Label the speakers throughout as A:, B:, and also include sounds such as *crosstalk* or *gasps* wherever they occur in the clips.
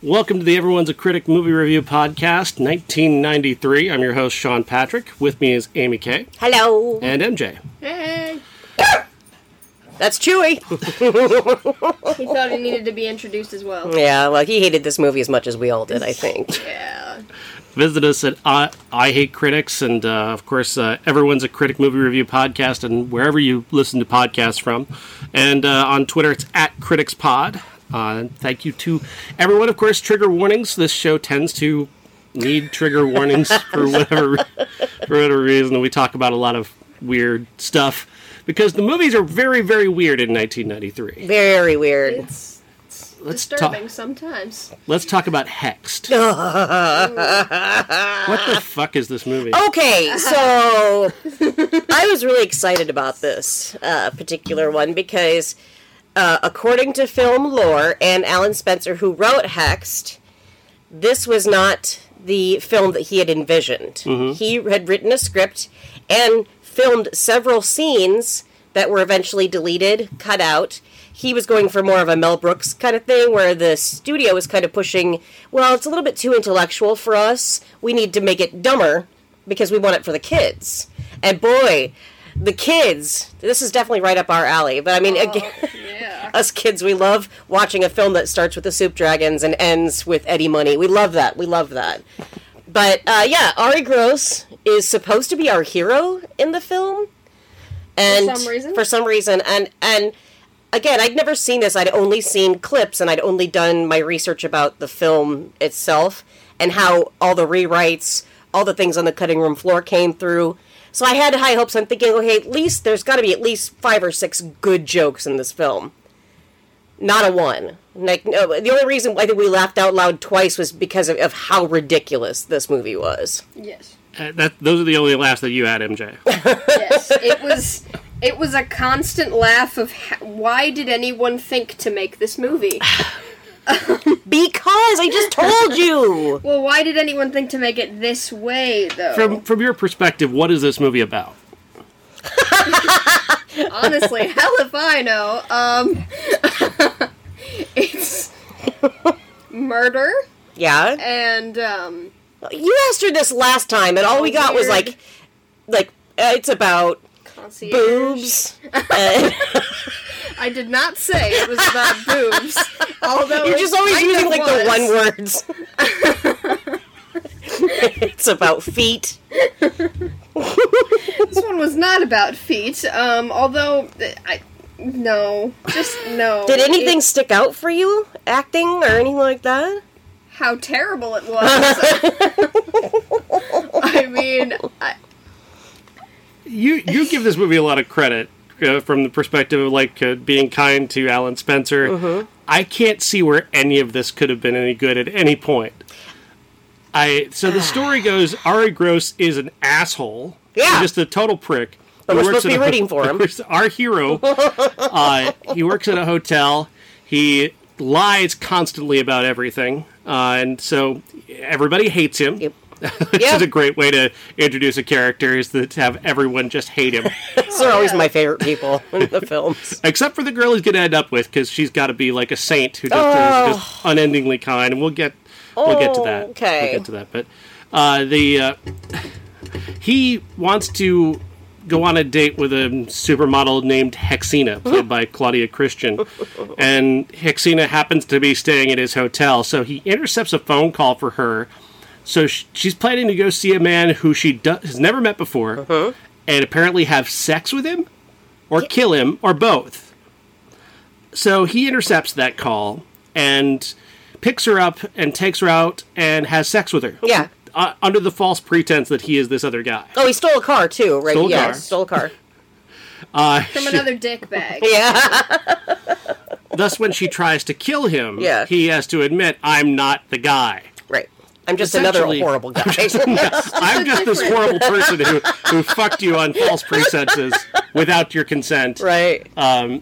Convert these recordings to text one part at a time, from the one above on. A: Welcome to the Everyone's a Critic Movie Review Podcast, 1993. I'm your host, Sean Patrick. With me is Amy Kay
B: Hello.
A: and MJ.
C: Hey.
B: That's Chewy.
C: He thought he needed to be introduced as well. *laughs*
B: Yeah, well, he hated this movie as much as we all did, I think.
C: Yeah.
A: Visit us at I, I Hate Critics and, uh, of course, uh, Everyone's a Critic Movie Review Podcast and wherever you listen to podcasts from. And uh, on Twitter, it's at Critics Pod. Uh, thank you to everyone. Of course, trigger warnings. This show tends to need trigger warnings for whatever for whatever reason. We talk about a lot of weird stuff because the movies are very, very weird in 1993.
B: Very weird.
C: It's, it's
A: Let's
C: disturbing
A: talk.
C: sometimes.
A: Let's talk about Hexed. what the fuck is this movie?
B: Okay, so I was really excited about this uh, particular one because, uh, according to film lore and Alan Spencer, who wrote Hexed, this was not the film that he had envisioned. He had written a script and filmed several scenes that were eventually deleted, cut out. He was going for more of a Mel Brooks kind of thing where the studio was kind of pushing, well, it's a little bit too intellectual for us. We need to make it dumber because we want it for the kids. And boy, the kids, this is definitely right up our alley. But I mean, again *laughs*
C: Yeah.
B: us kids, we love watching a film that starts with the Soup Dragons and ends with Eddie Money. We love that. We love that. But uh, yeah, Ari Gross is supposed to be our hero in the film, and
C: some reason?
B: for some reason, and and again, I'd never seen this. I'd only seen clips, and I'd only done my research about the film itself and how all the rewrites, all the things on the cutting room floor came through. So I had high hopes. I'm thinking, okay, at least there's got to be at least five or six good jokes in this film not a one. Like no, the only reason I think we laughed out loud twice was because of, of how ridiculous this movie was.
C: Yes.
A: Uh, that those are the only laughs that you had, MJ.
C: Yes. It was. It was a constant laugh of ha- why did anyone think to make this movie?
B: Because I just told you.
C: *laughs* Well, why did anyone think to make it this way though? *laughs*
A: From from your perspective, what is this movie about?
C: Honestly, hell if I know. Um, *laughs* it's murder
B: Yeah.
C: and um,
B: You asked her this last time, and all we got was
C: Weird.
B: like, like uh, it's about
C: concierge.
B: boobs. and *laughs*
C: I did not say it was about boobs. Although
B: you're just always
C: it kinda
B: using like the
C: was.
B: one words. it's about feet.
C: This one was not about feet. Um, although th- I no, just no.
B: Did anything
C: It-
B: stick out for you, acting or anything like that?
C: how terrible it
B: *laughs*
C: was. I mean, I,
A: You you give this movie a lot of credit uh, from the perspective of like uh, being kind to Alan Spencer.
B: Mm-hmm.
A: I can't see where any of this could have been any good at any point. I so the story goes: Ari Gross is an asshole,
B: Yeah.
A: just a total prick.
B: But
A: *laughs*
B: we're
A: He works
B: supposed to
A: at a-
B: be rooting for him.
A: Our
B: *laughs*
A: hero, uh, he works at a hotel. He lies constantly about everything, uh, and so everybody hates him.
B: Yep.
A: Which
B: Yeah.
A: is a great way to introduce a character is to have everyone just hate
B: *laughs*
A: him,
B: Those are always my favorite people in the films.
A: except for the girl he's going to end up with because she's got to be like a saint who just is just unendingly kind. And we'll get we'll get to
B: Oh,
A: that.
B: okay.
A: we'll get to that. But uh, the uh, he wants to go on a date with a supermodel named Hexina,
B: *laughs*
A: played by Claudia Christian, and Hexina happens to be staying at his hotel. So he intercepts a phone call for her. So sh- she's planning to go see a man who she do- has never met before and apparently have sex with him or kill him or both. So he intercepts that call and picks her up and takes her out and has sex with her.
B: Yeah.
A: Uh, under the false pretense that he is this other guy.
B: Oh, he stole a car too, right?
A: Stole a
B: yeah,
A: car.
B: stole a
A: *laughs*
B: car.
C: from another dick bag.
B: Yeah,
A: Thus, when she tries to kill him,
B: Yeah.
A: he has to admit, I'm not the guy.
B: right. I'm just another
A: Essentially- *laughs*
B: horrible guy.
A: I'm just this horrible person who, who fucked you on false pretenses without your consent.
B: right. Um.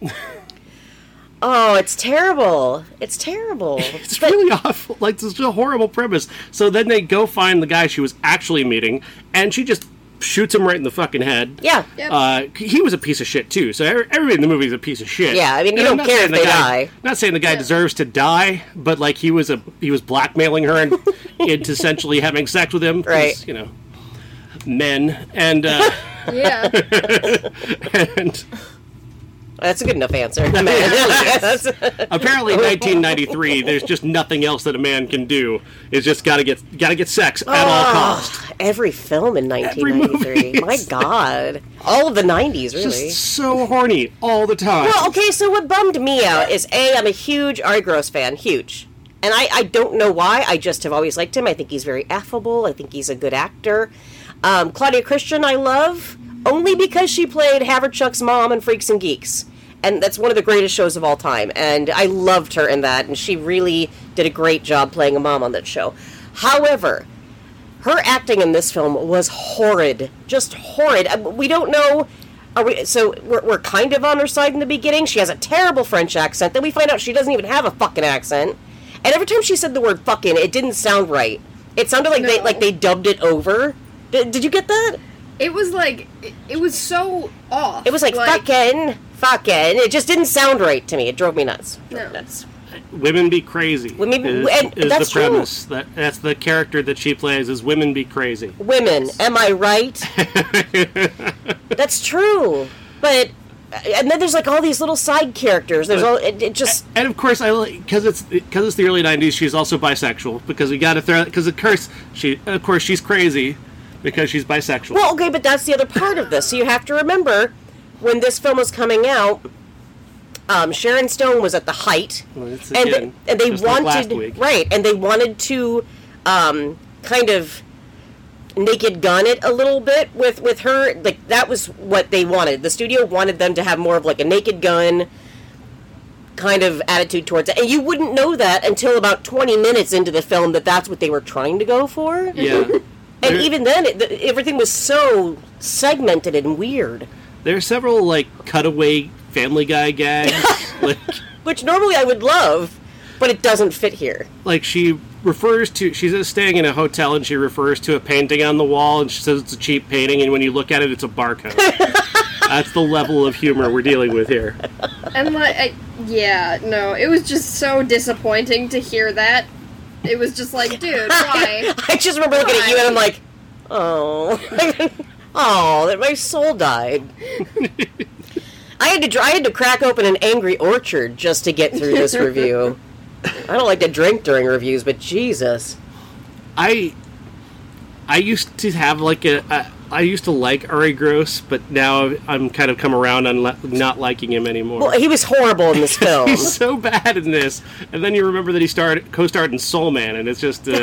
B: Oh, it's terrible.
A: *laughs*
B: It's terrible.
A: It's really awful. Like, it's a horrible premise. So then they go find the guy she was actually meeting, and she just shoots him right in the fucking head.
B: Yeah.
C: Yep.
A: Uh, he was a piece of shit too. So every- everybody in the movie is a piece of shit.
B: Yeah, I mean,
A: And
B: you
A: I'm
B: don't
A: not
B: care
A: saying
B: if
A: the
B: they
A: guy-
B: die.
A: Not saying the guy deserves to die, but like he was a he was blackmailing her
B: *laughs*
A: and into essentially having sex with him. 'cause,
B: Right.
A: You know, men and
B: *laughs*
A: uh,
C: Yeah.
A: and
B: That's a good enough answer.
A: *laughs*
B: Yes.
A: apparently 1993. There's just nothing else that a man can do. It's just got to get got to get sex at all costs.
B: Every film in
A: movie
B: 1993. My
A: is-
B: God. All of the 90s, really.
A: Just so horny all the time.
B: Well, okay, so what bummed me out is A, I'm a huge Ari Gross fan, huge. And I, I don't know why, I just have always liked him. I think he's very affable, I think he's a good actor. Um, Claudia Christian, I love only because she played Haverchuck's mom in Freaks and Geeks. And that's one of the greatest shows of all time. And I loved her in that, and she really did a great job playing a mom on that show. However, her acting in this film was horrid, just horrid. Uh, We don't know. Are we, so we're, we're kind of on her side in the beginning. She has a terrible French accent. Then we find out she doesn't even have a fucking accent. And every time she said the word "fucking," it didn't sound right. It sounded like they
C: No.
B: like they dubbed it over. Did, did you get that?
C: It was like it, it was so off.
B: It was like, "fucking," "fucking." It just didn't sound right to me. It drove me nuts. Drove me
C: No.
B: nuts.
A: women be crazy.
B: Women be-
A: is,
B: and
A: is
B: that's
A: the
B: true.
A: premise. That that's the character that she plays is women be crazy.
B: women. Am I right? That's true. But uh, and then there's like all these little side characters. There's all it, it just
A: And of course, I because it's because it's the early '90s. She's also bisexual because we got to throw because of course she of course she's crazy because she's bisexual.
B: well okay, but that's the other part of this. So you have to remember when this film was coming out. Um, Sharon Stone was at the height,
A: Well, it's
B: and
A: again,
B: they, and they
A: just like
B: wanted
A: last week.
B: right, and they wanted to um, kind of naked gun it a little bit with with her. Like that was what they wanted. The studio wanted them to have more of like a naked gun, kind of attitude towards it. And you wouldn't know that until about 20 minutes into the film that that's what they were trying to go for. *laughs*
A: yeah.
B: And
A: There-
B: even then, it, the, everything was so segmented and weird.
A: there are several like cutaway Family Guy
B: *laughs*
A: gags. like
B: Which normally I would love, but it doesn't fit here. *laughs*
A: like she refers to she's staying in a hotel and she refers to a painting on the wall and she says it's a cheap painting and when you look at it it's a barcode. That's the level of humor we're dealing with here.
C: And like, I, yeah, no, it was just so disappointing to hear that. It was just like,
B: *laughs*
C: dude, why?
B: I just remember looking at you and I'm like, oh, *laughs* oh, that my
A: *laughs*
B: soul died. I had to dr- I had to crack open an Angry Orchard just to get through this review. I don't like to drink during reviews, but Jesus.
A: I I used to have like a I, I used to like Ari Gross, but now I'm kind of come around on le- not liking him anymore. *laughs*
B: Well, he was horrible in this film.
A: He's so bad in this, and then you remember that he starred co-starred in Soul Man, and it's just uh,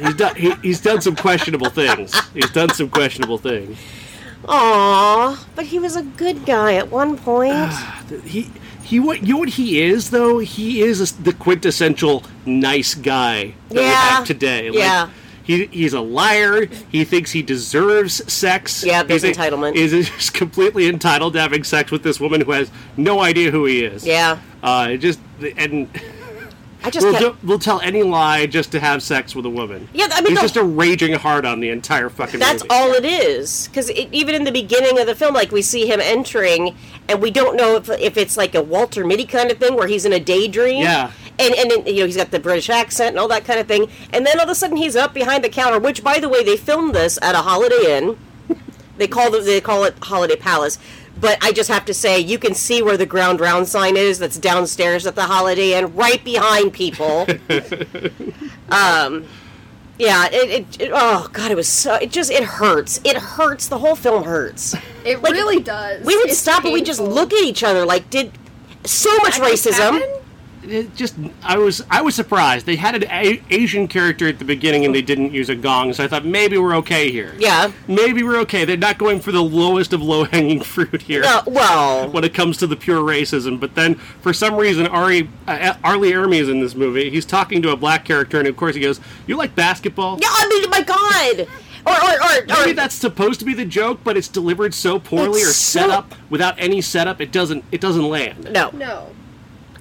A: he's done he, he's done some questionable things. He's done some questionable things.
B: Aw, but he was a good guy at
A: *sighs*
B: one point.
A: He he what you know what he is though? He is the quintessential nice guy that we
B: Yeah.
A: have today. Like,
B: Yeah.
A: He, he's a liar. He thinks he deserves sex.
B: Yeah, there's
A: He's a- *laughs*
B: entitlement.
A: Is just completely entitled to having sex with this woman who has no idea who he is.
B: Yeah.
A: Uh, it just and
B: I just
A: we'll,
B: kept,
A: do, we'll tell any lie just to have sex with a woman.
B: Yeah, I mean,
A: he's
B: the-
A: just a raging hard on the entire fucking.
B: that's
A: movie.
B: all it is. Because even in the beginning of the film, like we see him entering, and we don't know if, if it's like a Walter Mitty kind of thing where he's in a daydream.
A: Yeah.
B: And, and then, you know, he's got the British accent and all that kind of thing. And then all of a sudden he's up behind the counter, which, by the way, they filmed this at a Holiday Inn. They call it, they call it Holiday Palace. But I just have to say, you can see where the ground round sign is that's downstairs at the Holiday Inn, right behind people. Um, Yeah, it, it, it- oh god, it was so it just it hurts. It hurts. The whole film hurts.
C: It
B: Like,
C: really does.
B: We would
C: It's
B: stop and we'd just
C: painful.
B: look at each other like did so much
C: That just
B: racism.
C: happened?
A: It just I was I was surprised they had an a- Asian character at the beginning and they didn't use a gong, so I thought maybe we're okay here.
B: Yeah.
A: maybe we're okay. They're not going for the lowest of low hanging *laughs* fruit here.
B: Uh, well,
A: When it comes to the pure racism, but then for some reason Ari uh, Arlie Ermy is in this movie. He's talking to a black character, and of course he goes, "You like basketball?"
B: yeah, I mean, my god. Or or or,
A: Maybe
B: or
A: that's supposed to be the joke, but it's delivered so poorly
B: It's
A: or set
B: so-
A: up without any setup. It doesn't. It doesn't land.
B: no.
C: No.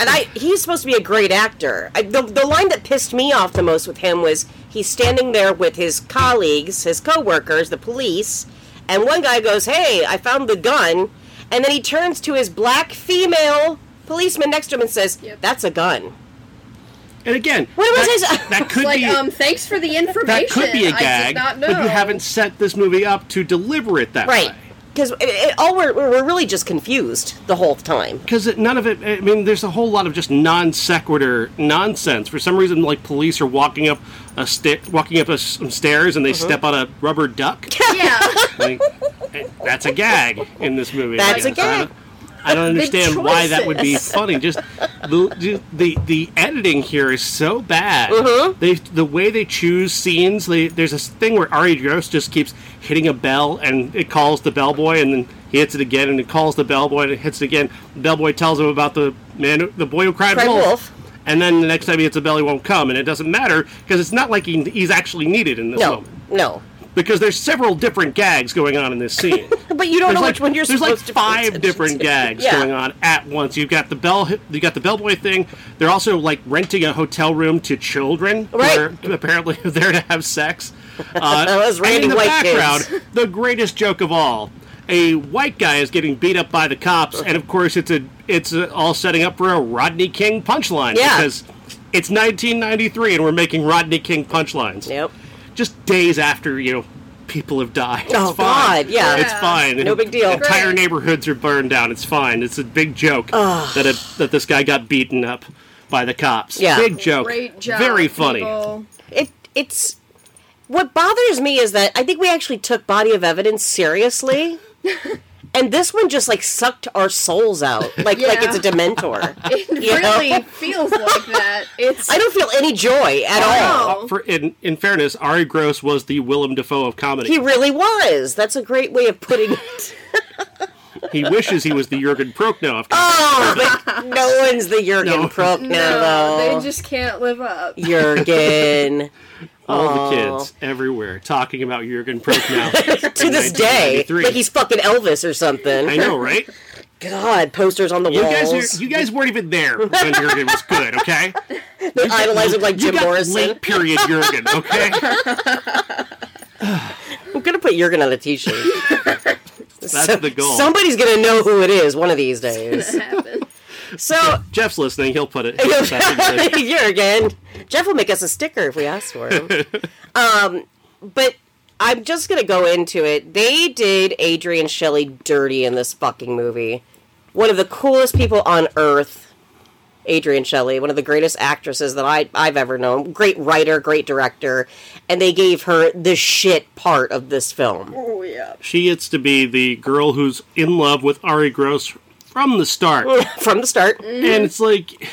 B: and I he's supposed to be a great actor. I, the the line that pissed me off the most with him was he's standing there with his colleagues, his coworkers, the police, and one guy goes, "Hey, I found the gun," and then he turns to his black female policeman next to him and says,
C: Yep.
B: "That's a gun."
A: And again,
B: What was
A: that,
B: his- *laughs*
A: that could
C: like,
A: be
C: um, thanks for the information.
A: that could be a
C: I
A: gag,
C: did not know.
A: but you haven't set this movie up to deliver it that
B: Right.
A: way.
B: Because all we're, we're really just confused the whole time.
A: Because none of it. I mean, there's a whole lot of just non sequitur nonsense. For some reason, like police are walking up a sta- walking up a, s- some stairs, and they step on a rubber duck.
C: Yeah.
A: like, eh, that's a gag in this movie. I
B: That's a
A: guess. I
B: gag.
A: don't- I don't understand why that would be
C: choices.
A: funny. Just the ju- the, the editing here is so bad.
B: Mm-hmm.
A: They the way they choose scenes. They, there's this thing where Ari Gross just keeps hitting a bell and it calls the bellboy, and then he hits it again, and it calls the bellboy, and it hits it again. The bellboy tells him about the man, who- the boy who cried
B: Cried
A: wolf.
B: wolf.
A: And then the next time he hits a bell, he won't come, and it doesn't matter because it's not like he, he's actually needed in this
B: No,
A: moment
B: no.
A: because there's several different gags going on in this scene.
B: *laughs* But you don't
A: There's
B: know
A: like,
B: which one you're
A: there's
B: supposed
A: like
B: to pay
A: five
B: attention
A: different
B: *laughs* to.
A: gags
B: Yeah.
A: going on at once. You've got the bell, you got the bellboy thing. They're also like renting a hotel room to children, who
B: Right.
A: are *laughs* apparently there to have
B: *laughs*
A: sex. Uh,
B: Those
A: and
B: randy
A: in the
B: white kids.
A: background, the greatest joke of all. A white guy is getting beat up by the cops, and of course, it's a it's a, all setting up for a Rodney King punchline
B: Yeah.
A: because it's 1993 and we're making Rodney King punchlines
B: Yep.
A: just days after you know people have died. It's
B: Oh,
A: fine.
B: God, yeah.
A: it's fine.
B: No big deal.
A: Entire
C: Great.
A: neighborhoods are burned down. It's fine. It's a big joke that it, that this guy got beaten up by the cops.
B: Yeah.
A: big *laughs* joke.
C: Great job.
A: Very funny.
C: people.
B: It it's what bothers me is that I think we actually took body of evidence
C: *laughs*
B: seriously. And this one just like sucked our souls out, like like it's a
C: Yeah.
B: dementor.
C: It
B: You know?
C: really feels like that. It's
B: *laughs* I don't feel any joy at all.
C: Wow.
A: Uh, For, in, in fairness, Ari Gross was the Willem Dafoe of comedy.
B: He really was. That's a great way of putting
C: *laughs*
B: it.
A: He, wishes he was the Jurgen Prochnow of comedy.
B: Oh, but no one's the Jurgen
A: No.
B: Prochnow.
C: no,
B: though. *laughs*
C: they just can't live up.
B: Jurgen.
A: All the kids everywhere talking about Jurgen Prochnow
B: *laughs* to this day, like he's fucking Elvis or something.
A: I know, right?
B: God, posters on the
A: You
B: walls.
A: guys, are, you guys weren't even there
B: *laughs*
A: when Jurgen was good, okay?
B: they idolize him like
A: you
B: Jim
A: got
B: Morrison.
A: Late period Jurgen,
B: *laughs*
A: okay?
B: I'm gonna put Jurgen on a T-shirt.
A: That's *laughs* the goal.
B: Somebody's gonna know who it is one of
A: *laughs*
B: these days.
C: Happen.
B: *laughs* So
A: Jeff's listening. He'll put it.
B: *laughs*
A: he'll put that in there.
B: Jurgen, Jeff will make us a sticker if we ask for
A: *laughs*
B: him. um, but I'm just gonna go into it. They did Adrian Shelley dirty in this fucking movie. One of the coolest people on earth. Adrian Shelley, one of the greatest actresses that I, I've ever known, great writer, great director, and they gave her the shit part of this film. *laughs*
C: Oh yeah.
A: she gets to be the girl who's in love with Ari Gross from the start,
B: from the start.
A: and it's like,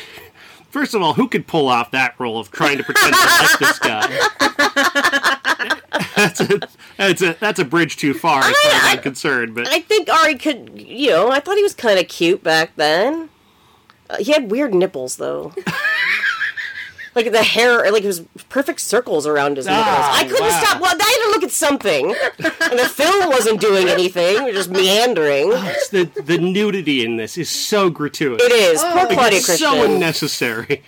A: first of all, who could pull off that role of trying to pretend to like this guy? *laughs* that's a that's a that's a bridge too far as far as I'm concerned. But
B: I think Ari could, you know, I thought he was kind of cute back then. Uh, he had weird
A: *laughs*
B: nipples though. like the hair, like it was perfect circles around his nipples.
A: Ah,
B: I couldn't
A: wow.
B: stop. Well, I had to look at something, and the film wasn't
A: *laughs*
B: doing anything. We're just meandering.
A: it's the the nudity in this is so gratuitous.
B: It is poor
C: Oh.
B: Claudia
A: It's
B: Christian.
A: so unnecessary.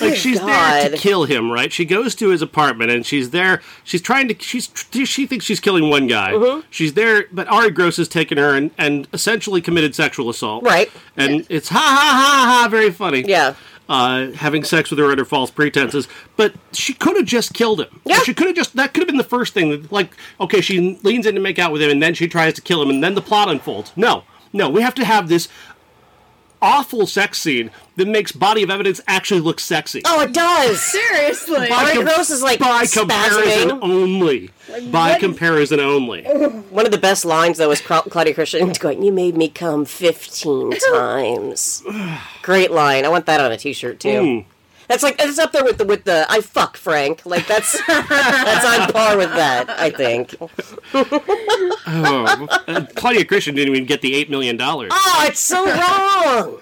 A: Like she's there to
B: God.
A: kill him, right? She goes to his apartment and she's there. She's trying to. She's she thinks she's killing one guy.
B: Mm-hmm.
A: She's there, but Ari Gross has taken her and, and essentially committed sexual assault.
B: Right.
A: And it's ha ha ha ha, very funny.
B: Yeah.
A: Uh, having sex with her under false pretenses, but she could have just killed him.
B: Yeah.
A: She could have just that could have been the first thing. that, Like, okay, she leans in to make out with him, and then she tries to kill him, and then the plot unfolds. No, no, we have to have this awful sex scene that makes Body of Evidence actually look sexy.
B: oh, it does.
C: Seriously.
B: Ari
A: com-
B: Gross is like
A: by comparison
B: spasming.
A: only. by
C: what-
A: comparison
B: *laughs*
A: only.
B: One of the best lines though was Cla- Claudia Christian *laughs* going, "You made me
A: *laughs*
B: come fifteen times." Great line. I want that on a T-shirt too.
A: Hmm.
B: That's like it's up there with the with the I fuck Frank.
A: *laughs*
B: Like that's that's on par with that. I think. Oh,
A: Oh, uh, Claudia Christian didn't even get the eight million dollars.
B: it's so Oh, wrong.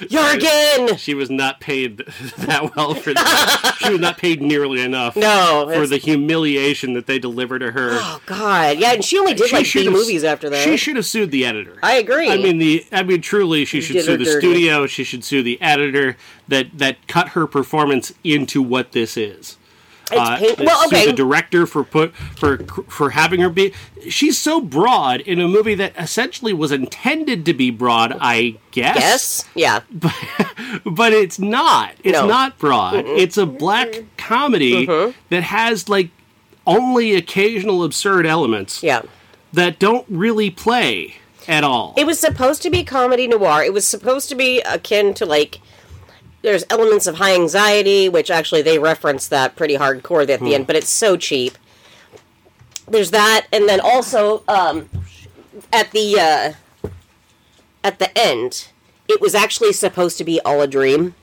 B: Jorgen.
A: She was not paid *laughs* that well for that. she was not paid nearly enough
B: No,
A: for
B: it's-
A: the humiliation that they delivered to her.
B: oh god, yeah, and she only did
A: She
B: like
A: should
B: B
A: have-
B: movies after that.
A: She should have sued the editor.
B: I agree.
A: I mean the I mean truly she should
B: did
A: sue
B: her
A: the
B: dirty.
A: studio, she should sue the editor that that cut her performance into what this is.
B: it's pain-
A: and
B: well,
A: sue
B: okay,
A: the director for put for for having her be she's so broad in a movie that essentially was intended to be broad, I guess.
B: yes, yeah,
A: But it's not. It's
B: No. Mm-hmm.
A: not broad. It's a black comedy that has like only occasional absurd elements
B: yeah.
A: that don't really play at all.
B: It was supposed to be comedy noir. It was supposed to be akin to like there's elements of high anxiety, which actually they reference that pretty hardcore at the end, but it's so cheap. There's that, and then also um, at the uh, at the end, it was actually supposed to be all a dream.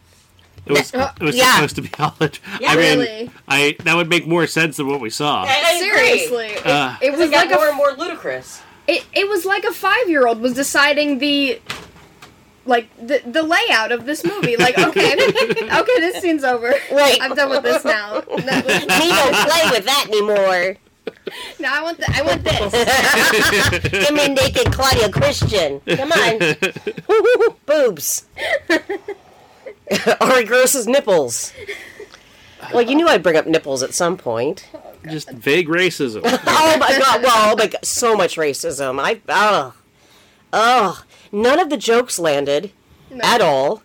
A: It was, it was
B: Yeah.
A: supposed to be all.
B: *laughs*
A: it- I mean,
C: Really?
A: I that would make more sense than what we saw.
C: Seriously, it-
A: Uh,
C: it, was like a
B: and more ludicrous.
C: it, it was like a five year old was deciding the like the, the layout of
A: *laughs*
C: this movie. Like, okay, *laughs* okay, this scene's over.
B: Right.
C: I'm done with this now. That was-
B: We don't play with that anymore.
C: now I want the, I want
B: *laughs*
C: this.
B: Give me naked Claudia Christian. Come on. Woo-hoo-hoo, *laughs* Boobs. Ari Gross's nipples. Well, you knew I'd bring up nipples at some point.
A: Just vague racism. *laughs*
B: Oh my god! Well, oh my god, *laughs* so much racism. I oh, oh, none of the jokes landed at all.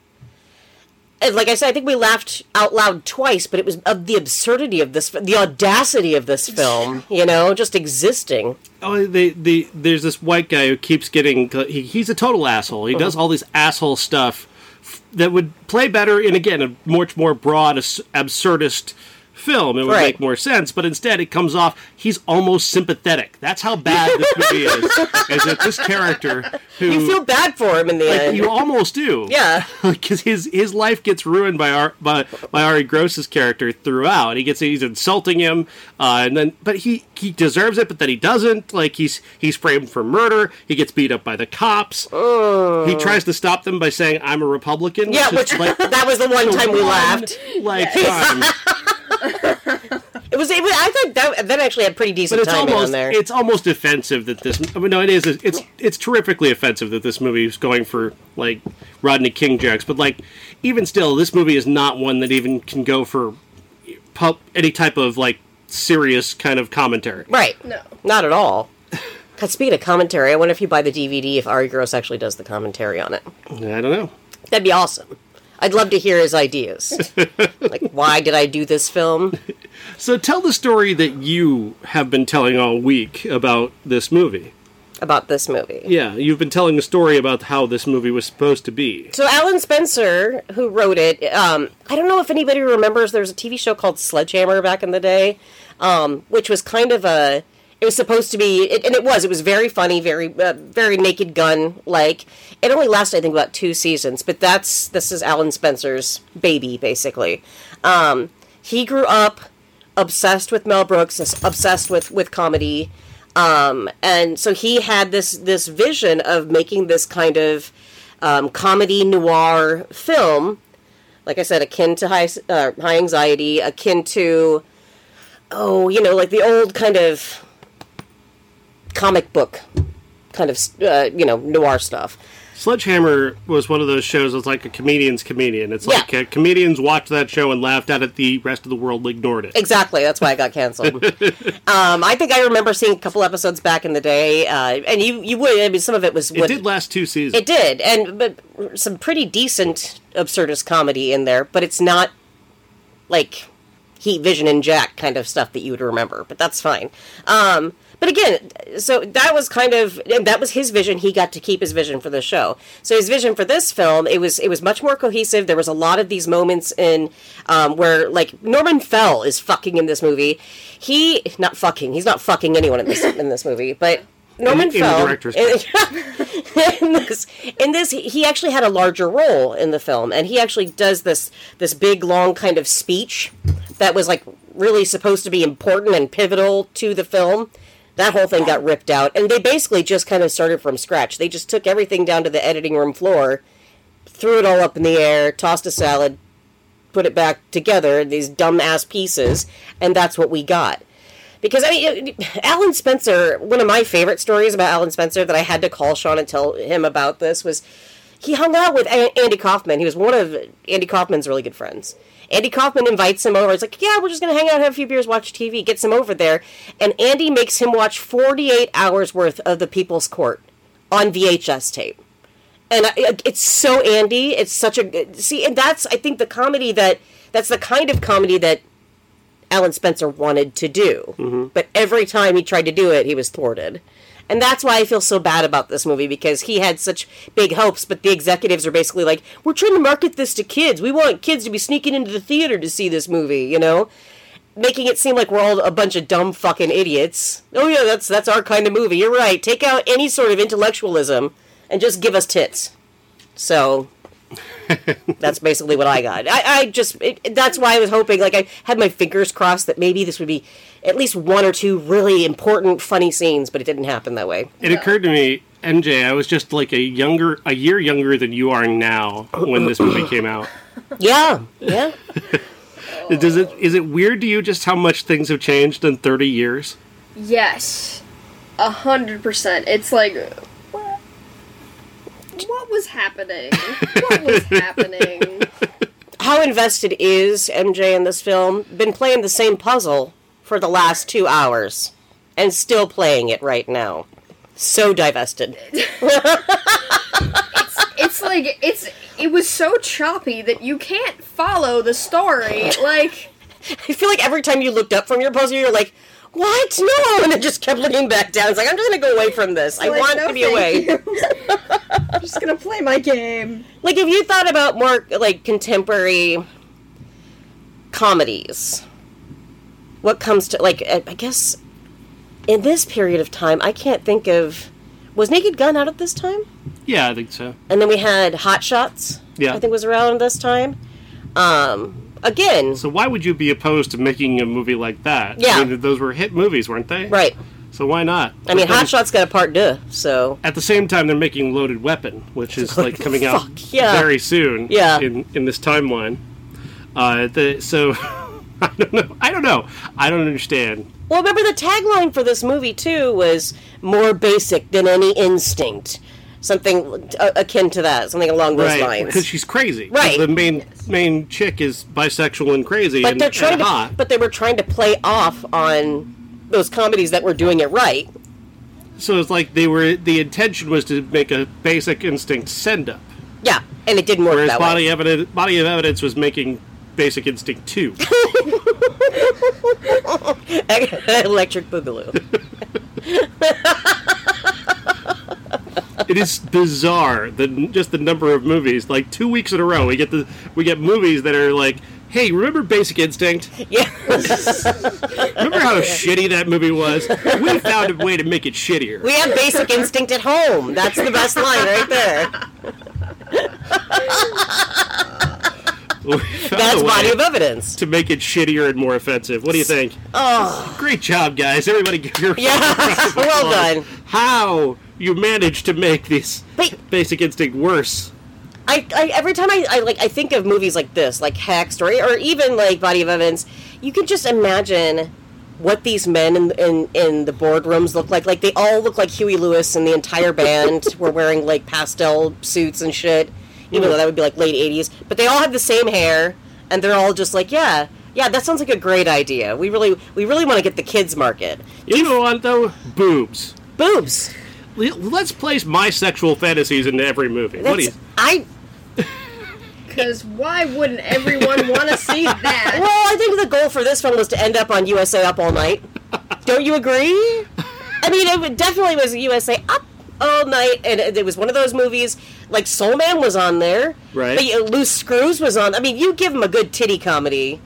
B: And like I said, I think we laughed out loud twice, but it was of the absurdity of this, the audacity of this film. You know, just existing.
A: oh, they, they, there's this white guy who keeps getting. He, he's a total asshole. He
B: Uh-huh.
A: does all this asshole stuff f- that would play better in again a much more broad as- absurdist film. It would
B: Right.
A: make more sense. But instead, it comes off. He's almost sympathetic. That's how bad this movie
B: *laughs*
A: is. Is that this character who
B: You feel bad for him in the end.
A: you almost do.
B: Yeah.
A: *laughs* because his his life gets ruined by our by, by Ari Gross's character throughout. He gets he's insulting him, uh, and then but he he deserves it, but then he doesn't. Like he's he's framed for murder. He gets beat up by the cops. He tries to stop them by saying, "I'm a Republican."
B: Yeah,
A: which
B: which
A: is like
B: *laughs* that was the one time we
A: one,
B: laughed.
A: Like time.
B: It was. It was I thought that that actually had pretty
A: But
B: decent
A: it's
B: timing
A: almost
B: on there.
A: it's almost offensive that this. I mean, no, it is. It's it's terrifically offensive that this movie is going for like Rodney King jokes. But like, even still, this movie is not one that even can go for pub, any type of like serious kind of commentary.
B: right.
C: No.
B: Not
A: *laughs*
B: at all. God, speaking of commentary, I wonder if you buy the DVD if Ari Gross actually does the commentary on it.
A: I don't know.
B: That'd be awesome. I'd love to hear
A: *laughs*
B: his ideas. like, why did I do this film?
A: So tell the story that you have been telling all week about this movie.
B: About this movie.
A: Yeah, you've been telling a story about how this movie was supposed to be.
B: So Alan Spencer, who wrote it, um, I don't know if anybody remembers. There was a TV show called Sledgehammer back in the day, um, which was kind of a. It was supposed to be, it, and it was. It was very funny, very, uh, very Naked Gun like. It only lasted, I think, about two seasons. But that's this is Alan Spencer's baby, basically. Um, he grew up obsessed with Mel Brooks, obsessed with with comedy, um, and so he had this this vision of making this kind of um, comedy noir film, like I said, akin to high uh, high anxiety, akin to oh, you know, like the old kind of comic book kind of uh, you know noir stuff.
A: Sledgehammer was one of those shows that's like a comedian's comedian. It's
B: Yeah.
A: like uh, comedians watched that show and laughed at it. The rest of the world ignored it.
B: Exactly. That's why I got
A: *laughs*
B: canceled. um, I think I remember seeing a couple episodes back in the day, uh, and you you would. I mean, some of it was.
A: It did last two seasons.
B: It did, and but some pretty decent absurdist comedy in there, but it's not like Heat Vision and Jack kind of stuff that you would remember, but that's fine. Um, but again, so that was kind of and that was his vision. He got to keep his vision for the show. So his vision for this film, it was it was much more cohesive. There was a lot of these moments in um, where like Norman Fell is fucking in this movie. He not fucking. He's not fucking anyone in this in this movie, but. Norman
A: in the
B: Fell
A: director's
B: *laughs* in this in this he- he actually had a larger role in the film and he actually does this this big long kind of speech that was like really supposed to be important and pivotal to the film that whole thing got ripped out and they basically just kind of started from scratch they just took everything down to the editing room floor threw it all up in the air, tossed a salad, put it back together in these dumbass pieces, and that's what we got. Because I mean, it- Alan Spencer. One of my favorite stories about Alan Spencer that I had to call Sean and tell him about this was he hung out with A- Andy Kaufman. He was one of Andy Kaufman's really good friends. Andy Kaufman invites him over. It's like, yeah, we're just gonna hang out, have a few beers, watch TV. Gets him over there, and Andy makes him watch forty-eight hours worth of The People's Court on VHS tape and I, it's so Andy. It's such a good- see, and that's I think the comedy that that's the kind of comedy that Alan Spencer wanted to do, but every time he tried to do it, he was thwarted. And that's why I feel so bad about this movie because he had such big hopes, but the executives are basically like, "We're trying to market this to kids. We want kids to be sneaking into the theater to see this movie," you know, making it seem like we're all a bunch of dumb fucking idiots. Oh yeah, that's that's our kind of movie. You're right. Take out any sort of intellectualism and just give us tits. So that's basically what I got. I, I just it, that's why I was hoping. Like I had my fingers crossed that maybe this would be at least one or two really important funny scenes, but it didn't happen that
C: *laughs*
B: way.
A: It occurred to me, MJ, I was just like a younger, a year younger than you are now when this
B: *coughs*
A: movie came out.
B: Yeah, yeah.
A: Does it is it weird to you just how much things have changed in thirty years?
C: Yes. A hundred percent. It's like what what was happening? What was happening?
B: How invested is MJ in this film? Been playing the same puzzle for the last two hours and still playing it right now. So divested.
C: It's like it's it was so choppy that you can't follow the story. Like
B: I feel like every time you looked up from your puzzle, you're like, "What? No!" And it just kept looking back down. It's like I'm just gonna go away from this. I
C: Like,
B: want
C: no,
B: to be
C: thank
B: away.
C: you. I'm just gonna play my game.
B: Like if you thought about more like contemporary comedies, what comes to like? I I guess in this period of time, I can't think of. Was Naked Gun out at this time?
A: Yeah, I think so.
B: And then we had Hot Shots.
A: Yeah.
B: I think was around this time. Um, again,
A: So why would you be opposed to making a movie like that?
B: Yeah.
A: I mean, those were hit movies, weren't they?
B: right?
A: So why not?
B: I mean,
A: But then-
B: Hot Shots got a part deux, so
A: At the same time, they're making Loaded Weapon, which is like coming out
B: *laughs* Fuck, yeah.
A: very soon.
B: Yeah.
A: In in this timeline. Uh, the, so *laughs* I don't know. I don't know. I don't understand.
B: Well, remember the tagline for this movie too was more basic than any instinct, something uh, akin to that, something along those
A: right because
B: lines.
A: she's crazy 'Cause
B: Right.
A: the main main chick is bisexual and crazy
B: But
A: and,
B: they're trying
A: and
B: to,
A: hot
B: but they were trying to play off on those comedies that were doing it right.
A: so it's like they were the intention was to make a basic instinct send up
B: Yeah, and it didn't work
A: whereas
B: that
A: body
B: way.
A: evidence body of evidence was making basic instinct 2
B: *laughs* Electric Boogaloo.
A: it is bizarre the just the number of movies like two weeks in a row we get the we get movies that are like hey remember basic instinct
B: yeah,
A: remember
B: *laughs*
A: how shitty that movie was we found a way to make it shittier
B: we have Basic Instinct at home. That's the best line right there.
A: We found
B: That's
A: a way.
B: body
A: *laughs*
B: of evidence. *laughs*
A: to make it shittier and more offensive. What do you think? Oh, great job, guys! Everybody, give your
B: Yeah, well done.
A: How you managed to make this
B: Wait.
A: basic instinct worse?
B: I, I every time I, I like I think of movies like this, like Hexed or, or even like Body of Evidence, you can just imagine what these men in, in in the boardrooms look like. Like they all look like Huey Lewis and the
A: *laughs*
B: entire band were wearing like pastel suits and shit. Even
A: Mm.
B: though that would be like late eighties. But they all have the same hair and they're all just like, Yeah, yeah, that sounds like a great idea. We really we really want to get the kids market.
A: You know what though? Boobs.
B: Boobs.
A: L- Let's place my sexual fantasies into every movie. what do you?
B: That's- I
C: Cause why wouldn't everyone wanna see *laughs* that?
B: Well, I think the goal for this film was to end up on USA Up All Night. Don't you agree? I mean, it would- definitely was USA Up All Night, and it it was one of those movies. Like Soul Man was on there,
A: Right.
B: But, you know, Loose Screws was on. I mean, you give them a good titty comedy,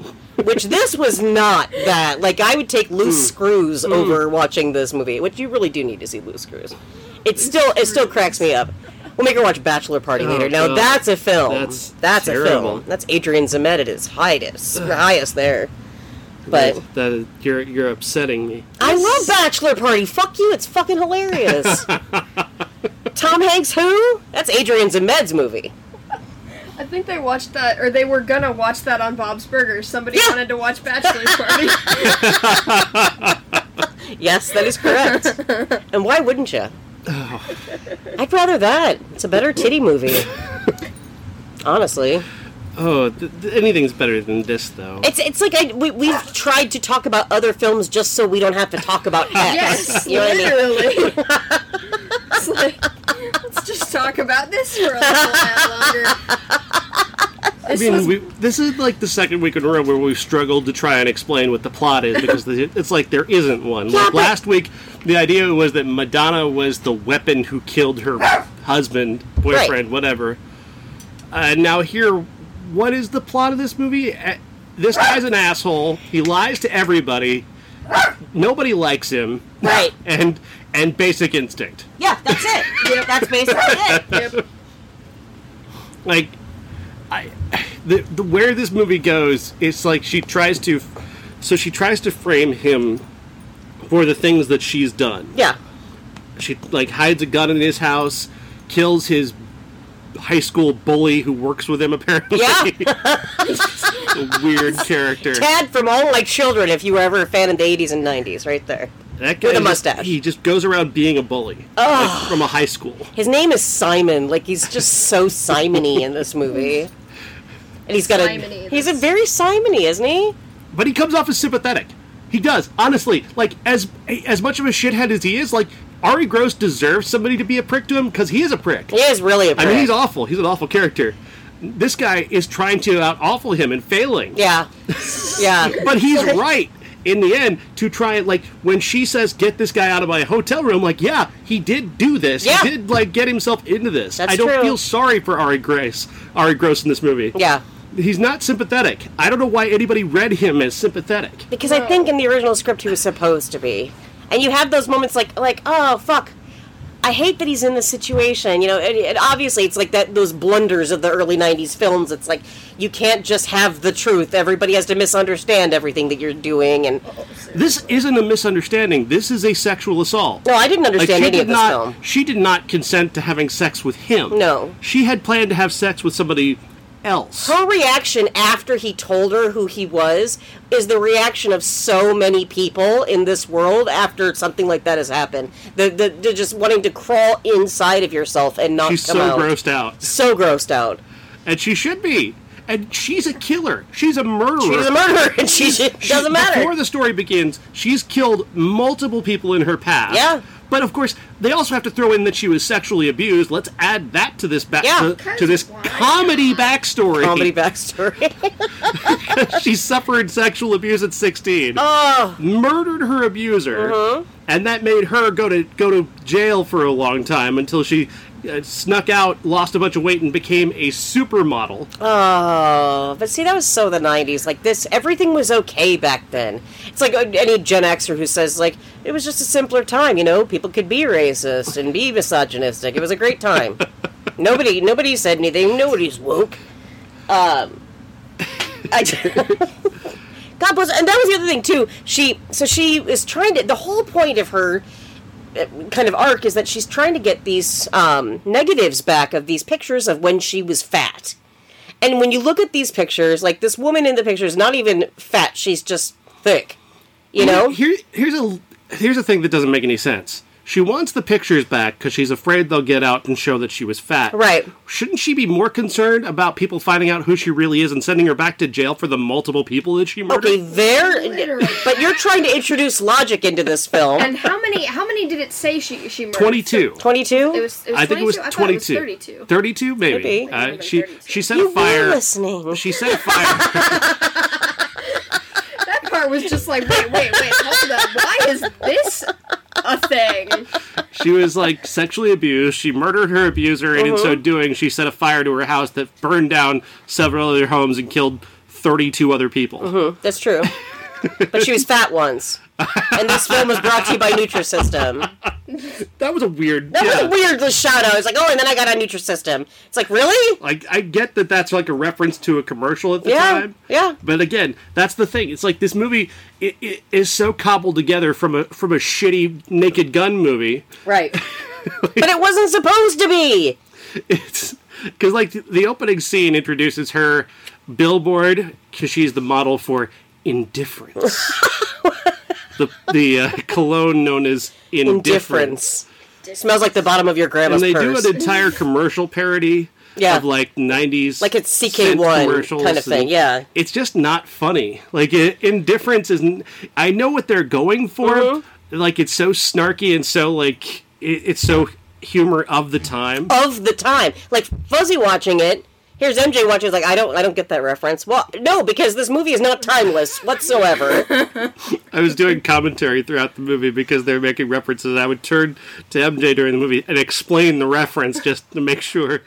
B: which this was not that. Like, I would take Loose
A: Mm.
B: Screws over watching this movie, which you really do need to see Loose Screws. It still it still cracks me up. We'll make her watch Bachelor Party later. Now
A: Oh, God.
B: that's a film.
A: That's
B: That's, a
A: terrible.
B: film. That's Adrian Zemed at his highest, highest there. But
A: That is- you're you're upsetting me.
B: I love Bachelor Party. Fuck you. It's
A: *laughs*
B: fucking hilarious. Tom Hanks, who? That's Adrian Zemed's movie.
C: I think they watched that, or they were gonna watch that on Bob's Burgers. Somebody wanted to watch Bachelor *laughs* Party.
B: Yes, that is correct. *laughs* and why wouldn't you? I'd rather that. It's a better titty movie.
A: *laughs*
B: Honestly,
A: Oh, th- th- anything's better than this, though.
B: it's it's like I, we we've tried to talk about other films just so we don't have to talk *laughs* about
A: *laughs*
B: X.
C: yes,
B: you know what I mean?
C: literally. it's like, let's just talk about this for a little while longer.
A: I mean, we, this is like the second week in a row where we've struggled to try and explain what the plot is because the, *laughs* it's like there isn't one.
B: Yeah,
A: like
B: but-
A: last week, the idea was that Madonna was the weapon who killed her husband, boyfriend, whatever. Uh, now here, what is the plot of this movie? Uh, This guy's an asshole. He lies to everybody. Nobody likes him,
B: Right.
A: *laughs* and and Basic Instinct.
B: Yeah, that's it.
C: Yep.
B: That's basically it.
C: Yep.
A: like I the, the where this movie goes it's like she tries to so she tries to frame him for the things that she's done
B: Yeah.
A: she like hides a gun in his house kills his high school bully who works with him *laughs* apparently
B: Yeah.
A: a weird
B: *laughs*
A: character
B: Tad from All Like Children, if you were ever a fan of the 80s and 90s, right there.
A: that guy
B: with a
A: just-
B: mustache.
A: he just goes around being a bully like, from a high school
B: His name is Simon. Like, he's just so Simony in this
C: *laughs*
B: movie. And he's got
C: Simony
B: a.
C: in
B: He's a
C: this.
B: very Simony, isn't he?
A: but he comes off as sympathetic. He does, honestly. Like as as much of a shithead as he is, like Ari Gross deserves somebody to be a prick to him because he is a prick.
B: He is really a
A: I
B: prick.
A: mean, he's awful. He's an awful character. This guy is trying to out awful him and failing. *laughs*
B: Yeah. Yeah.
A: But
B: *laughs*
A: he's right in the end to try and like when she says get this guy out of my hotel room like yeah he did do this
B: Yeah.
A: he did like get himself into this
B: That's
A: i don't
B: true.
A: feel sorry for ari grace ari gross in this movie
B: Yeah.
A: he's not sympathetic i don't know why anybody read him as sympathetic
B: Because I think in the original script he was supposed to be. And you have those moments like, like oh, fuck. I hate that he's in this situation, you know. And, and obviously, it's like that those blunders of the early '90s films. It's like you can't just have the truth. Everybody has to misunderstand everything that you're doing. And
A: This isn't a misunderstanding. This is a sexual assault.
B: no, I didn't
A: Like,
B: understand
A: she
B: any of
A: did
B: this
A: not.
B: film.
A: She did not consent to having sex with him.
B: No.
A: She had planned to have sex with somebody else.
B: Her reaction after he told her who he was is the reaction of so many people in this world after something like that has happened. The the, the just wanting to crawl inside of yourself and not
A: She's
B: come
A: so
B: out.
A: grossed out,
B: So grossed out.
A: and she should be. And she's a killer. She's a murderer.
B: She's a murderer, and she, she
A: She-
B: *laughs* doesn't matter.
A: Before the story begins, she's killed multiple people in her past.
B: Yeah.
A: But of course, they also have to throw in that she was sexually abused. Let's add that to this back
B: Yeah.
A: to, to this
C: Why
A: comedy backstory.
B: Comedy *laughs* backstory.
A: *laughs* she suffered sexual abuse at 16.
B: oh,
A: murdered her abuser,
B: Uh-huh.
A: and that made her go to go to jail for a long time until she uh, snuck out, lost a bunch of weight, and became a supermodel.
B: Uh-huh. oh, but see, that was so the '90s. Like this, everything was okay back then. It's like uh, any Gen Xer who says like it was just a simpler time. You know, people could be racist and be misogynistic. It was a great time. nobody, nobody said anything. Nobody's woke. Um,
C: *laughs*
B: I. God bless. And that was the other thing too. She so she is trying to. The whole point of her uh, kind of arc is that she's trying to get these um, negatives back of these pictures of when she was fat. And when you look at these pictures, like this woman in the picture is not even fat; she's just thick. You know?
A: Here, here's a here's a thing that doesn't make any sense. She wants the pictures back because she's afraid they'll get out and show that she was fat.
B: Right.
A: Shouldn't she be more concerned about people finding out who she really is and sending her back to jail for the multiple people that she murdered?
B: Okay, there.
C: Literally.
B: But you're trying to introduce logic into this film.
C: And how many? How many did it say she she murdered?
A: Twenty-two.
B: Twenty-two.
C: It was. It was
A: I think it was
C: 22? I thought
A: twenty-two.
C: Thirty-two.
A: Thirty-two, maybe.
B: Maybe.
A: Uh, she she set
B: you
A: a fire.
B: were listening.
A: She set a fire.
B: *laughs*
C: That part was just like, wait, wait, wait, hold up. Why is this a thing?
A: She was like sexually abused. She murdered her abuser, and in
B: Uh-huh.
A: so doing, she set a fire to her house that burned down several other homes and killed 32 other people.
B: That's true. But she was fat once. And this film was brought to you by Nutrisystem.
A: That was a weird.
B: That was
A: yeah.
B: a weird little shout out. It's like, oh, and then I got on Nutrisystem. It's like, really?
A: Like I get that that's like a reference to a commercial at the
B: Yeah,
A: time.
B: yeah.
A: But again, that's the thing. It's like this movie it, it is so cobbled together from a from a shitty Naked Gun movie.
B: Right. but it wasn't supposed to be.
A: It's because like the, the opening scene introduces her billboard because she's the model for
B: *laughs*
A: indifference. the the uh, cologne known as indifference.
B: Indifference. Smells like the bottom of your grandma's
A: And they
B: purse.
A: do an entire commercial parody
B: Yeah.
A: of like '90s,
B: Like it's
A: scent
B: CK1
A: commercials
B: kind of thing,
A: and
B: yeah.
A: it's just not funny. Like i indifference isn't. I know what they're going for.
B: Mm-hmm.
A: Like it's so snarky and so like it, it's so humor of the time.
B: of the time. Like Fuzzy watching it. Here's MJ watching. it's Like I don't, I don't get that reference. Well, no, because this movie is not
A: *laughs*
B: timeless whatsoever.
A: I was doing commentary throughout the movie because they were making references. I would turn to MJ during the movie and explain the reference just to make
B: *laughs*
A: sure.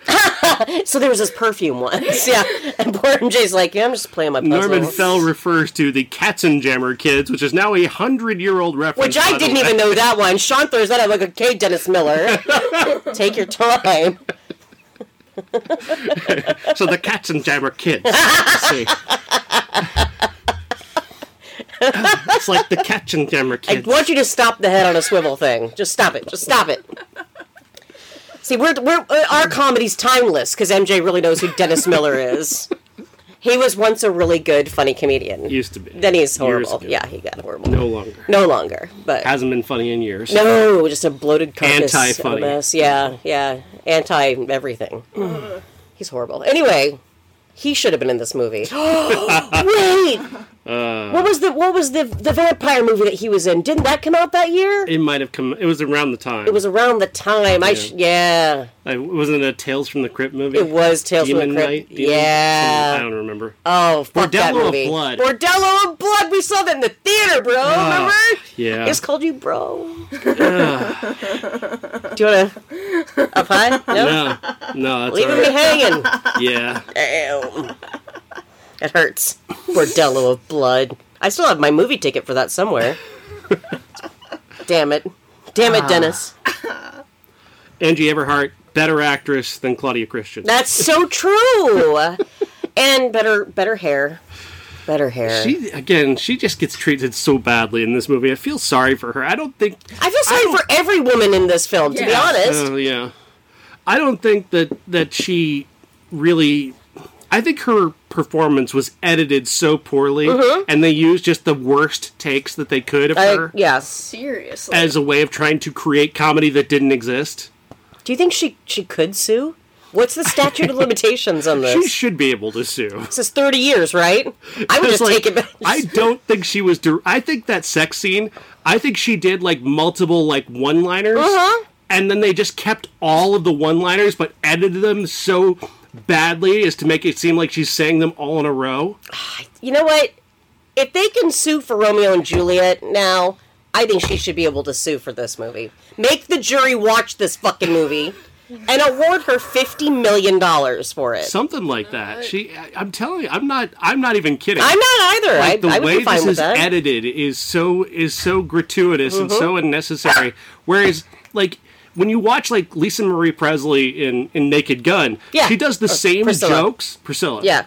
B: so there was this perfume once, *laughs* yeah. And poor MJ's like, yeah, I'm just playing my puzzle.
A: Norman Fell refers to the Katzenjammer kids, which is now a hundred-year-old reference.
B: Which I
A: by the
B: didn't
A: way.
B: even know that one. Sean throws that out like, okay,
A: *laughs*
B: Dennis Miller, take your time.
A: So the Katzenjammer
B: *laughs*
A: kids. Let's see. it's like the Katzenjammer
B: I
A: kids.
B: want you to stop the head on a swivel thing. Just stop it. Just stop it. See, we're, we're uh, our comedy's timeless because MJ really knows who Dennis Miller is. He was once a really good, funny comedian.
A: Used to be.
B: Then
A: Years
B: he's horrible.
A: ago.
B: Yeah, he got horrible.
A: No longer.
B: No longer. But
A: Hasn't been funny in years.
B: no, just a bloated carcass. of a
A: Anti-funny.
B: mess. Yeah, yeah. Anti everything. he's horrible. Anyway, he should have been in
A: *laughs*
B: this movie. *gasps* Wait.
A: Uh.
B: what was the what was the the vampire movie that he was in? Didn't that come out that year?
A: It might have come. It was around the time.
B: It was around the time. I sh- yeah,
A: wasn't it a Tales from the Crypt movie.
B: it was Tales
A: Demon
B: from the
A: Knight.
B: Crypt.
A: Demon-
B: yeah.
A: I don't remember.
B: Oh, fuck that
A: Bordello of
B: movie.
A: Blood. Ah.
B: Bordello of Blood. We saw that in the theater, bro.
A: Uh.
B: remember?
A: yeah. Ah,
B: It's called you, bro. Do you want to up high? No.
A: No, no, that's
B: Leaving
A: all
B: me
A: right.
B: hanging.
A: Yeah,
B: Damn. It hurts. Bordello of Blood. I still have my movie ticket for that somewhere. Damn it. Damn it, Dennis.
A: Angie Everhart, better actress than Claudia Christian.
B: That's so true. and better better hair. Better hair.
A: She again, she just gets treated so badly in this movie. I feel sorry for her. I don't think.
B: I feel sorry
A: don't-
B: for every woman in this film, to be
C: Yeah.
B: honest.
A: Oh yeah, I don't think that that she really. I think her performance was edited so poorly, and they used just the worst takes that they could of
B: Mm-hmm. I,
A: her
B: yes.
C: Seriously.
A: as a way of trying to create comedy that didn't exist.
B: Do you think she she could sue? What's the
A: *laughs*
B: statute of limitations on
A: She
B: this?
A: should be able to sue.
B: This is thirty years, right? I would
A: It's
B: just
A: like,
B: take it back.
A: I don't think she was. dir- I think that sex scene. I think she did like multiple like one liners,
B: Uh-huh.
A: and then they just kept all of the one liners, but edited them so badly as to make it seem like she's saying them all in a row.
B: you know what? If they can sue for Romeo and Juliet now, I think she should be able to sue for this movie. Make the jury watch this fucking movie and award her fifty million dollars for it.
A: Something like that. She. I- I'm telling you, I'm not. I'm not even kidding.
B: Uh, I'm not either.
A: like the
B: I, I would
A: way
B: be fine
A: this
B: with
A: is
B: that.
A: edited is so is so gratuitous and so
B: Mm-hmm.
A: unnecessary. Whereas, like when you watch like Lisa Marie Presley in in Naked Gun,
B: Yeah.
A: she does the
B: Or
A: same
B: Priscilla.
A: jokes. Priscilla,
B: yeah.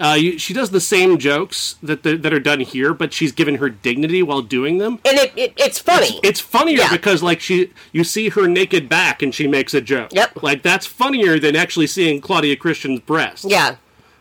A: uh, you, she does the same jokes that the, that are done here, but she's given her dignity while doing them.
B: And it, it it's funny.
A: It's funnier
B: Yeah.
A: because like she you see her naked back and she makes a joke.
B: Yep.
A: Like that's funnier than actually seeing Claudia Christian's breast.
B: yeah.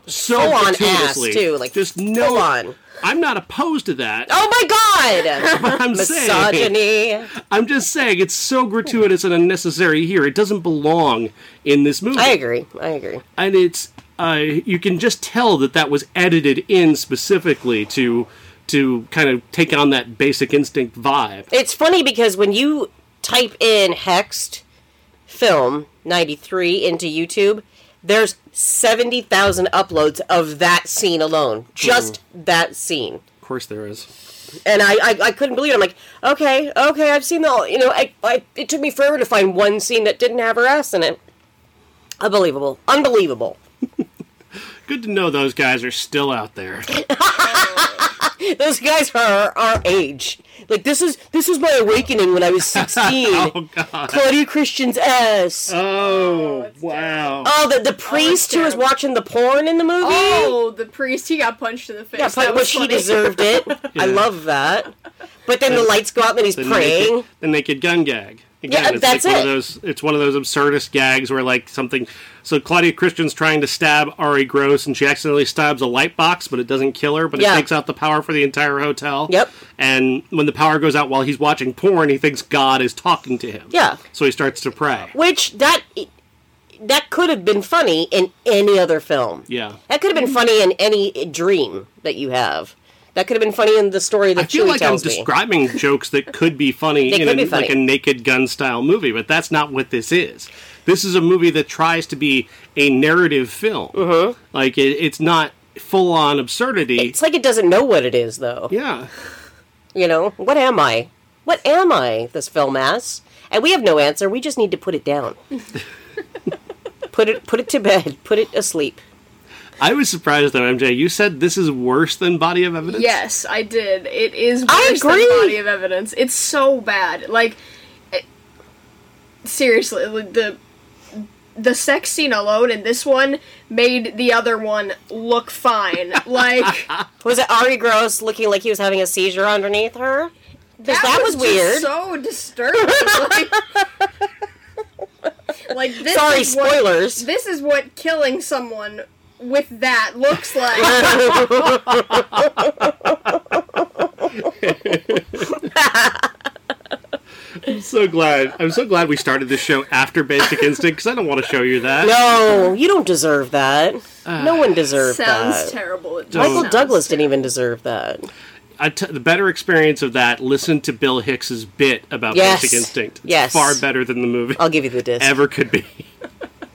A: So
B: full on ass,
A: gratuitously.
B: too, like,
A: just no
B: full on.
A: I'm not opposed to that.
B: Oh my god.
A: *laughs* I'm saying.
B: Misogyny.
A: *laughs* I'm just saying it's so gratuitous and unnecessary here. It doesn't belong in this movie.
B: I agree. I agree.
A: And it's uh, you can just tell that that was edited in specifically to to kind of take on that basic instinct vibe.
B: It's funny because when you type in Hexed Film 93 into YouTube, there's 70,000 uploads of that scene alone. Just
A: Hmm.
B: that scene.
A: Of course, there is.
B: And I, I, I couldn't believe it. I'm like, okay, okay, I've seen the all. You know, I, I, it took me forever to find one scene that didn't have her ass in it. Unbelievable. Unbelievable.
A: Good to know those guys are still out there. *laughs*
B: Those guys are our age. Like this is this was my awakening when
A: *laughs*
B: I was 16.
A: Oh God!
B: Claudia Christian's ass.
A: Oh wow!
B: Oh, the, the priest who was
C: terrible.
B: watching the porn in the movie?
C: oh, the priest. He got punched in the face.
B: yeah,
C: that
B: but
C: was
B: which he
C: funny.
B: deserved it. I love that. But then the lights go out and he's
A: The
B: praying.
A: naked, the naked gun gag. Again,
B: Yeah,
A: it's
B: that's
A: like one
B: it.
A: of those it's one of those absurdist gags where like something so Claudia Christian's trying to stab Ari Gross and she accidentally stabs a light box, but it doesn't kill her, but
B: Yeah.
A: it takes out the power for the entire hotel.
B: Yep.
A: And when the power goes out while he's watching porn, he thinks God is talking to him.
B: Yeah.
A: So he starts to pray.
B: Which that that could have been funny in any other film.
A: Yeah.
B: That could have been funny in any dream that you have. That could have been funny in the story that
A: I feel
B: Chewie
A: like I'm
B: tells me.
A: describing jokes that could be funny
B: They
A: in
B: could
A: a,
B: be funny.
A: like a naked gun style movie, but that's not what this is. This is a movie that tries to be a narrative film. Like it, it's not full on absurdity.
B: Mm-hmm. it's like it doesn't know what it is, though.
A: yeah,
B: You know, what am I? What am I? This film asks, and we have no answer. We just need to put it down. put it, put it to bed. Put it asleep.
A: I was surprised though, MJ. You said this is worse than Body of Evidence.
C: Yes, I did. It is worse
B: I agree.
C: than body of evidence. It's so bad. Like it- seriously, like, the the sex scene alone in this one made the other one
B: *laughs*
C: look fine. Like that,
B: Was it Ari Gross looking like he was having a seizure underneath her? that was
C: just
B: weird.
C: so disturbing. Like, *laughs* like, this
B: Sorry,
C: is what-
B: spoilers.
C: this is what killing someone with that looks like.
A: I'm so glad. I'm so glad we started this show after
B: *laughs*
A: Basic Instinct because I don't want to show you that.
B: No, you don't deserve that. no one deserved
C: sounds
B: that.
C: terrible. It
A: Michael
B: Michael
C: sounds
B: Douglas didn't even deserve that.
A: I t- the better experience of that. Listen to Bill Hicks's bit about
B: Yes.
A: Basic Instinct. It's
B: Yes.
A: far better than the movie
B: I'll give you the disc.
A: ever could be.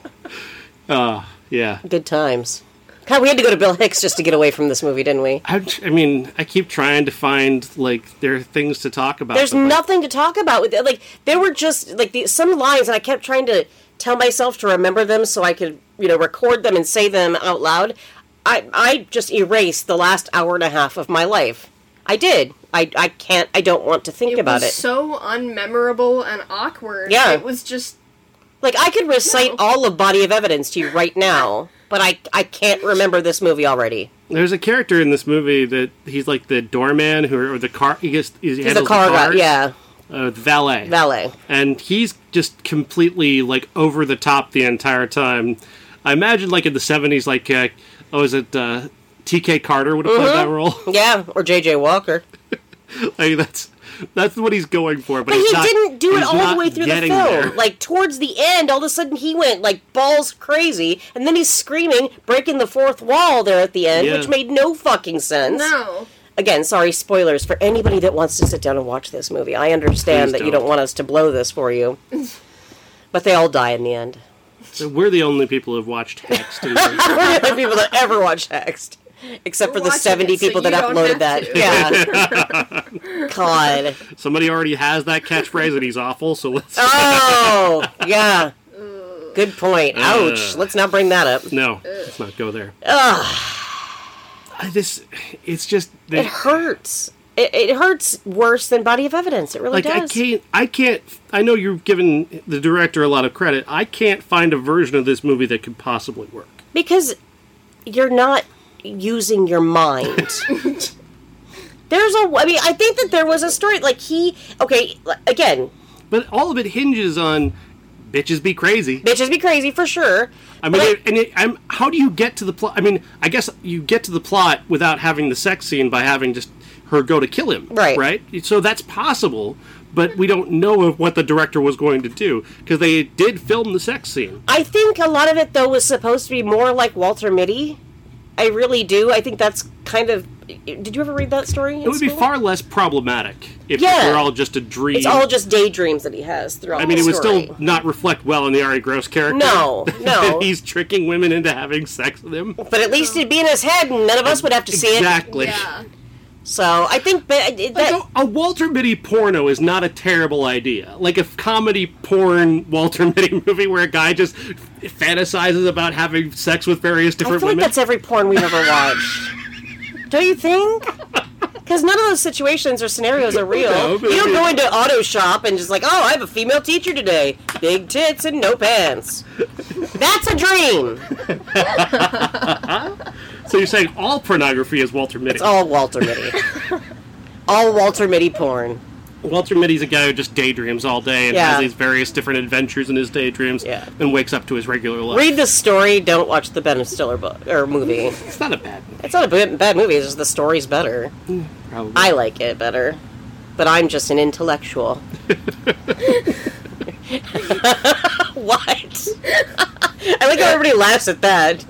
A: *laughs* uh, yeah.
B: Good times. God, we had to go to Bill Hicks just to get away from this movie, didn't we?
A: I, I mean, I keep trying to find like there are things to talk about.
B: There's
A: but, like,
B: nothing to talk about with it. Like there were just like the, some lines, and I kept trying to tell myself to remember them so I could, you know, record them and say them out loud. I I just erased the last hour and a half of my life. I did. I I can't. I don't want to think about
C: was
B: it.
C: so unmemorable and awkward.
B: Yeah.
C: It was just
B: Like I could recite
C: No.
B: all of Body of Evidence to you right now, but I I can't remember this movie already.
A: There's a character in this movie that he's like the doorman who or the car. He gets he
B: He's
A: handles
B: a car
A: the
B: guy,
A: cars,
B: yeah,
A: uh, the valet.
B: valet.
A: and he's just completely like over the top the entire time. I imagine like in the '70s, like uh, oh, is it uh, T.K. Carter would have
B: Mm-hmm.
A: played that role? *laughs*
B: Yeah, or J.J. Walker.
A: like that's that's what he's going for. But,
B: But
A: he's
B: he
A: not-
B: didn't do it
A: he's
B: all
A: not
B: the way through the film.
A: getting there.
B: Like towards the end, all of a sudden he went like balls crazy, and then he's screaming, breaking the fourth wall there at the end,
A: Yeah.
B: which made no fucking sense.
C: no.
B: Again, sorry, spoilers for anybody that wants to sit down and watch this movie. I understand
A: Please
B: that you
A: don't.
B: don't want us to blow this for
C: *laughs*
B: you, but they all die in the end. *laughs*
A: So we're the only people who've watched Hexed. and-
B: We're the only people that ever watched Hexed. Except for
C: We're
B: the
C: watching
B: 70
C: it, so
B: people
C: you
B: that
C: don't
B: uploaded
C: have
B: that.
C: to.
B: Yeah.
A: *laughs*
B: God.
A: Somebody already has that catchphrase, and he's awful. So let's
B: Oh, yeah. Good point.
A: Mm.
B: Ouch.
A: Ugh.
B: Let's not bring that up.
A: no, let's not go there. I, this, it's just
B: It hurts. It, it hurts worse than Body of Evidence. It really
A: like I
B: does.
A: can't. I can't. I know you've given the director a lot of credit. I can't find a version of this movie that could possibly work.
B: Because you're not using
A: *laughs*
B: your mind. There's a. I mean, I think that there was a story. Like, he. Okay, l- again,
A: But all of it hinges on bitches be crazy.
B: bitches be crazy for sure.
A: I mean,
B: but
A: it- and it, I'm, how do you get to the plot? I mean, I guess you get to the plot without having the sex scene by having just her go to kill him,
B: Right.
A: Right. So that's possible, but we don't know of what the director was going to do because they did film the sex scene.
B: I think a lot of it though was supposed to be more like Walter Mitty. I really do. I think that's kind of. Did you ever read that story?
A: It would be far less problematic if
B: Yeah.
A: it were all just a dream.
B: It's all just daydreams that he has throughout.
A: I mean,
B: the
A: it would
B: story.
A: still not reflect well on the Ari Gross character.
B: No,
A: *laughs*
B: no.
A: that he's tricking women into having sex with him.
B: But at least it'd be in his head, and none of us would have to see it.
A: exactly.
C: Yeah.
B: So I think that, that
A: Like, a, a Walter Mitty porno is not a terrible idea. Like a comedy porn Walter Mitty *laughs* movie where a guy just fantasizes about having sex with various
B: I
A: different
B: feel like
A: women.
B: that's every porn we've ever watched. don't
A: *laughs*
B: you think? Because none of those situations or scenarios are real.
A: No, but
B: you
A: I
B: don't
A: mean-
B: go into auto shop and just like, oh, I have a female teacher today, big tits and
A: *laughs*
B: no pants. That's a dream.
A: so you're saying all pornography is Walter Mitty? *laughs*
B: It's all Walter Mitty. all Walter Mitty porn.
A: Walter Mitty's a guy who just daydreams all day and
B: Yeah.
A: has these various different adventures in his daydreams
B: Yeah.
A: and wakes up to his regular life.
B: Read the story. Don't watch the Ben Stiller book or movie.
A: It's not a bad movie,
B: It's not a b- bad movie. It's just the story's better.
A: probably.
B: I like it better, but I'm just an intellectual. *laughs* what? I like how everybody laughs at that.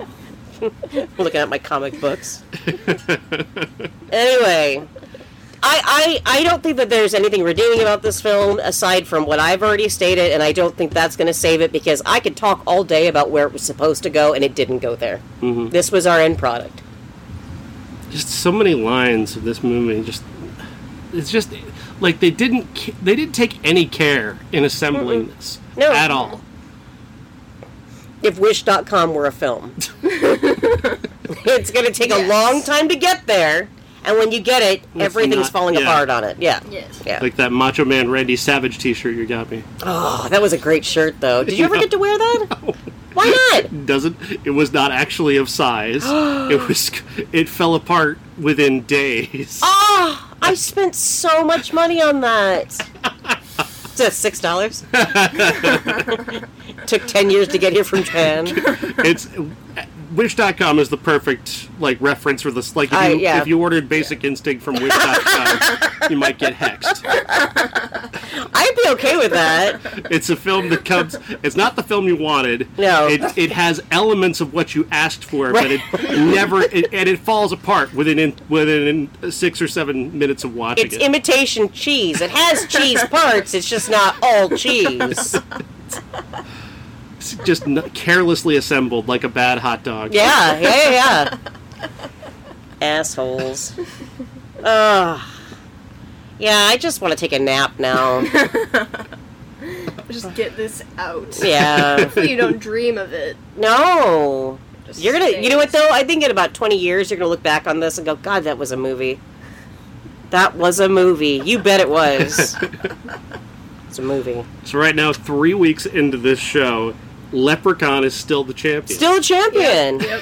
B: *laughs* Looking at my comic books. anyway, I, I I don't think that there's anything redeeming about this film aside from what I've already stated, and I don't think that's going to save it because I could talk all day about where it was supposed to go and it didn't go there. This was our end product.
A: just so many lines of this movie just it's just like they didn't ca- they didn't take any care in assembling this
B: No.
A: at all
B: if wish.com were
A: *laughs*
B: a film. it's going to take a long time to get there, and when you get it, everything's
A: not-
B: falling
A: yeah.
B: apart on it. Yeah.
C: Yes.
B: Yeah.
A: like that macho man randy savage t-shirt you got me
B: oh, that was a great shirt though. Did you ever get to
A: *laughs*
B: wear that? Why not?
A: doesn't it was not actually of
B: *gasps*
A: size it was it fell apart within days
B: Oh, I spent so much money on that. Just six
A: *laughs*
B: dollars. Took ten years to get here from Japan.
A: it's wish.com is the perfect like reference for this like if you,
B: I- yeah.
A: if you ordered basic instinct from wish.com you might get hexed
B: I'd be okay with that.
A: It's a film that comes. It's not the film you wanted.
B: No.
A: It, it has elements of what you asked for, but it never. It, and it falls apart within in, within six or seven minutes of watching
B: It's
A: it.
B: imitation cheese. It has cheese parts. It's just not all cheese.
A: it's just n- carelessly assembled like a bad hot dog.
B: Yeah, yeah, yeah. Assholes. Ugh. Yeah, I just want to take a nap now.
C: Just get this out.
B: Yeah.
C: Hopefully
B: *laughs*
C: you don't dream of it.
B: No.
C: Just
B: You're gonna. You
C: stays.
B: know what though? I think in about 20 years, you're gonna look back on this and go, "God, that was a movie. That was a movie. You bet it was. it's a movie.
A: So right now, three weeks into this show, Leprechaun is still the champion.
B: Still a champion. *laughs*
C: Yep.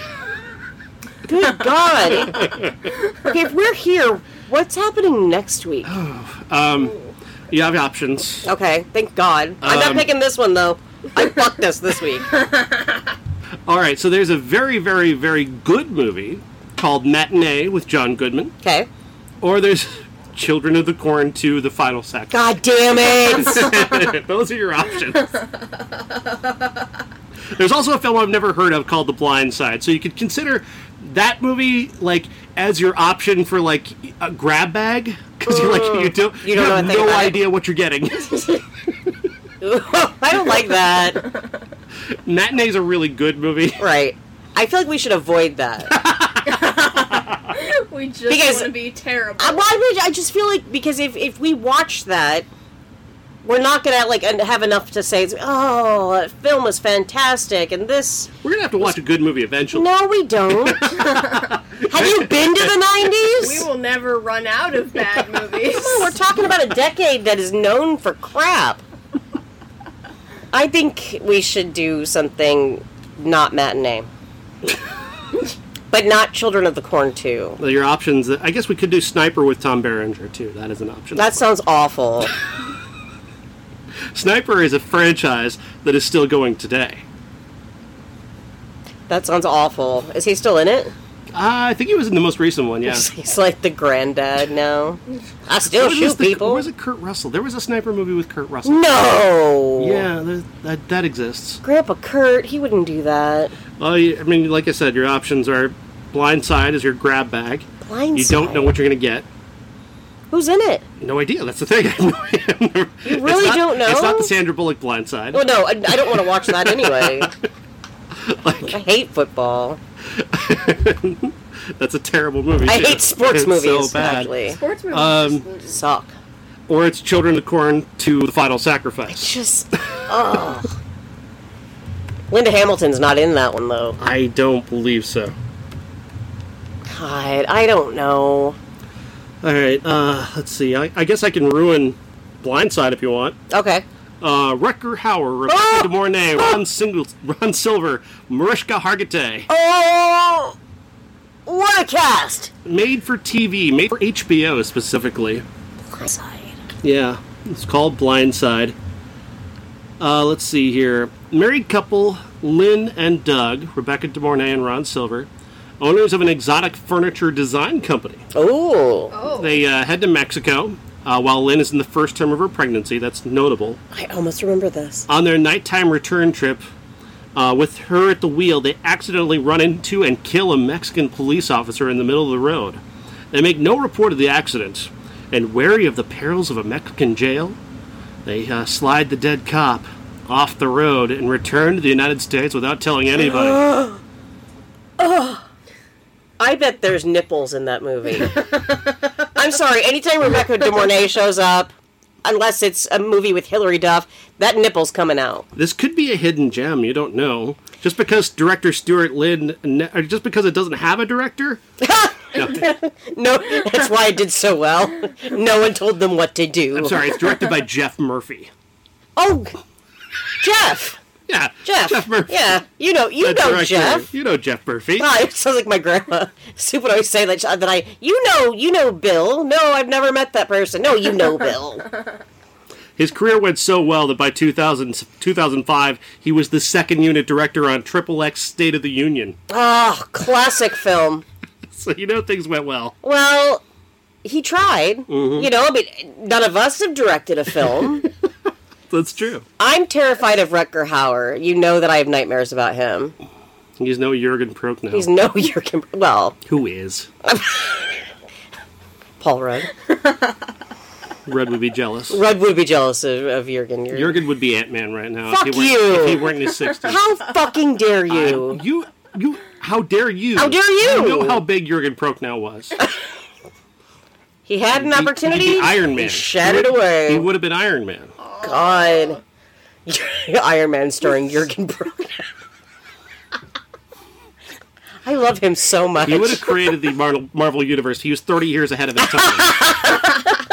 B: Good God. okay, if we're here, what's happening next week?
A: you have options.
B: Okay, thank God. I'm not
A: Um,
B: picking this one though. I fucked this this week.
A: All right. So there's a very, very, very good movie called Matinee with John Goodman,
B: Okay.
A: or there's *laughs* Children of the Corn 2: The Final Sacrifice.
B: God damn
A: *laughs*
B: it! *laughs*
A: Those are your options. There's also a film I've never heard of called The Blind Side, so you could consider that movie like as your option for like a grab bag because you like you don't you,
B: don't know a
A: have
B: thing
A: no
B: about it.
A: idea what you're getting. *laughs*
B: I don't like that.
A: Matinee's a really good movie.
B: Right. I feel like we should avoid that. Uh,
C: We just
B: Because-
C: want to be terrible.
B: I, why would I just feel like because if if we watch that, we're not gonna like and have enough to say. it's, Oh, that film was fantastic, and this.
A: We're gonna have to watch a good movie eventually.
B: No, we don't. have you been to the nineties?
C: we will never run out
B: *laughs*
C: of bad movies.
B: We're talking about a decade that is known for crap. I think we should do something not matinee. but not Children of the Corn 2.
A: Well, Your options. I guess we could do Sniper with Tom Berenger too. That is an option.
B: That sounds awful.
A: Sniper is a franchise that is still going today.
B: That sounds awful. Is he still in it?
A: Uh, I think he was in the most recent one.
B: *laughs*
A: Yeah.
B: He's like the granddad now. I still
A: What was
B: shoot
A: the-
B: people.
A: Was it Kurt Russell? There was a sniper movie with Kurt Russell.
B: No!
A: Yeah, there- that, that exists.
B: Grandpa Kurt, he wouldn't do that.
A: Well, you, I mean, like I said, your options are Blind Side is your grab bag.
B: Blindside.
A: You don't know what you're going to get.
B: Who's in it?
A: No idea. That's the thing. *laughs* you
B: really don't know?
A: It's not the Sandra Bullock Blind Side.
B: Well, no, I, I don't want to watch
A: *laughs*
B: that anyway. I hate football.
A: That's a terrible movie.
B: I
A: too.
B: hate sports
A: It's
B: movies.
A: So bad.
B: Actually,
C: Sports movies
A: Um,
C: just-
B: suck.
A: Or it's Children of the Corn to the Final Sacrifice.
B: *laughs* Just oh. Linda Hamilton's not in that one though.
A: I don't believe so.
B: God, I don't know.
A: All right. Uh, let's see. I, I guess I can ruin Blind Side if you want.
B: Okay,
A: Uh, Rutger Hauer, Rebecca De Mornay, Ron, Single, Ron Silver, Mariska Hargitay.
B: Oh, what a cast!
A: Made for TV, made for HBO specifically.
B: Blindside.
A: Yeah, it's called Blindside. Uh, let's see here. Married couple Lynn and Doug, Rebecca De Mornay and Ron Silver, owners of an exotic furniture design company.
B: Oh,
C: Oh,
A: They uh, head to Mexico uh, while Lynn is in the first term of her pregnancy. That's notable.
B: I almost remember this.
A: On their nighttime return trip, uh, with her at the wheel, they accidentally run into and kill a Mexican police officer in the middle of the road. They make no report of the accident, and wary of the perils of a Mexican jail, they uh, slide the dead cop off the road and return to the United States without telling anybody.
B: I bet there's nipples in that *laughs* movie. I'm sorry. Anytime Rebecca De Mornay shows up, unless it's a movie with Hilary Duff, that nipple's coming out.
A: this could be a hidden gem. You don't know. Just because director Stuart Lynn, ne- or just because it doesn't have a director,
B: No, that's why it did so well. No one told them what to do.
A: I'm sorry, it's directed by Jeff Murphy.
B: Oh, Jeff.
A: Yeah,
B: Jeff.
A: Jeff Murphy.
B: Yeah, you know, you
A: the
B: know
A: director.
B: Jeff.
A: You know Jeff Murphy.
B: Ah, *laughs* it sounds like my grandma. She would always say that, that I, you know, you know Bill. No, I've never met that person. No, you know Bill.
A: His career went so well that by 2000, 2005, he was the second unit director on Triple X State of the Union. *laughs*
B: Oh, classic film.
A: So you know things went well.
B: Well, he tried.
A: Mm-hmm.
B: You know, I mean, none of us have directed a
A: *laughs*
B: film.
A: That's true.
B: I'm terrified of Rutger Hauer. You know that I have nightmares about him.
A: He's no Jurgen Prochnow.
B: He's no *laughs* Jurgen. Well,
A: Who is?
B: Paul Rudd.
A: Red would be jealous.
B: Rudd would be jealous of, of Jurgen. Jurgen.
A: Jurgen would be Ant Man right now.
B: Fuck
A: if he weren't,
B: you.
A: If he weren't in his 60s.
B: How fucking dare you?
A: You, you, how dare you?
B: How dare you?
A: know how big Jurgen Prochnow was.
B: He had an *laughs* opportunity.
A: He'd be Iron Man.
B: He shat
A: He
B: it
A: would- He
B: away.
A: would have been Iron Man.
B: God. *laughs* Iron Man starring Jurgen Brock. I love him so much.
A: He would have created the Marvel, Marvel Universe. He was 30 years ahead of his time.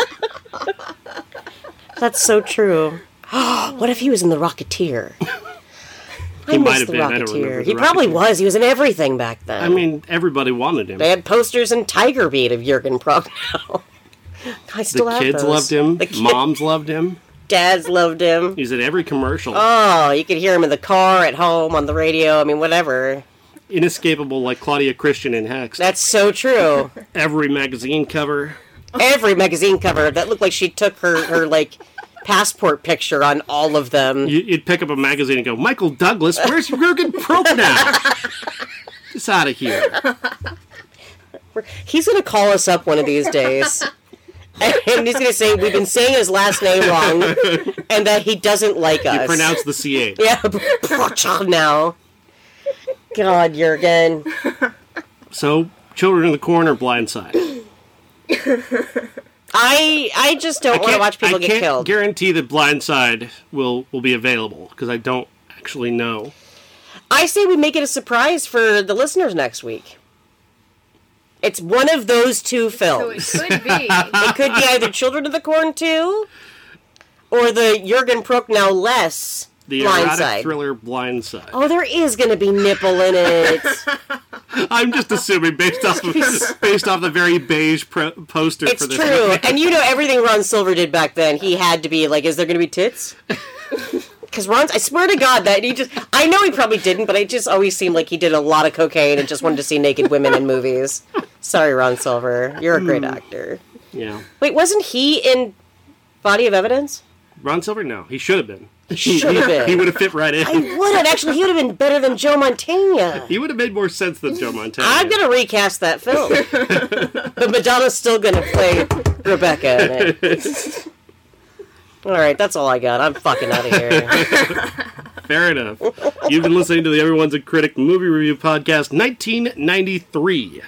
B: That's so true. *gasps* what if he was in
A: *laughs*
B: The Rocketeer? I
A: He
B: miss
A: might have
B: The
A: been.
B: Rocketeer.
A: I don't remember
B: he
A: The
B: probably
A: Rocketeer.
B: was. He was in everything back then.
A: I mean, everybody wanted him.
B: they had posters in Tiger Beat of Jurgen Prochnow. *laughs* I still
A: The
B: have
A: kids
B: those.
A: loved him.
B: The kid-
A: Moms loved him.
B: dads loved him.
A: He's in every commercial.
B: Oh, you could hear him in the car, at home, on the radio. I mean, whatever.
A: Inescapable like Claudia Christian in Hex.
B: That's so
A: *laughs*
B: true.
A: every magazine cover.
B: Every magazine cover that looked like she took her, her like passport picture on all of them.
A: You, you'd pick up a magazine and go, Michael Douglas, where's Jurgen
B: *laughs*
A: Prochnow? Just out of here.
B: He's gonna call us up one of these
A: *laughs*
B: days. And he's gonna say we've been saying his last name wrong and that he doesn't like us.
A: Pronounce the CH.
B: *laughs* yeah, Prochnow now. God, Jurgen.
A: So, Children in the Corner, Blindside.
B: I I just don't want to watch people
A: I
B: get
A: can't
B: killed.
A: guarantee that Blindside will, will be available because I don't actually know.
B: I say we make it a surprise for the listeners next week. It's one of those two
C: so
B: films.
C: it could be.
B: *laughs* It could be either Children of the Corn 2 or the Jurgen Prochnow less
A: The erotic
B: Blindside.
A: thriller Blindside.
B: oh, there is going to be nipple in it.
A: I'm just assuming based off of, based off the very beige pro- poster
B: it's
A: for this.
B: true. and you know everything Ron Silver did back then. He had to be like, is there going to be *laughs* tits? Because Ron's, I swear to God that he just, I know he probably didn't, but it just always seemed like he did a lot of cocaine and just wanted to see naked women in movies. Sorry, Ron Silver. You're a great actor.
A: Yeah.
B: Wait, wasn't he in Body of Evidence?
A: Ron Silver? No, he should have been. He,
B: should have been.
A: he would have fit right in.
B: He would have actually. He would have been better than Joe Montana.
A: he would have made more sense than Joe Montana.
B: I'm gonna recast that film. but Madonna's still gonna play Rebecca in it. All right, that's all I got. I'm fucking out of here.
A: Fair enough. You've been listening to the Everyone's a Critic Movie Review Podcast 1993.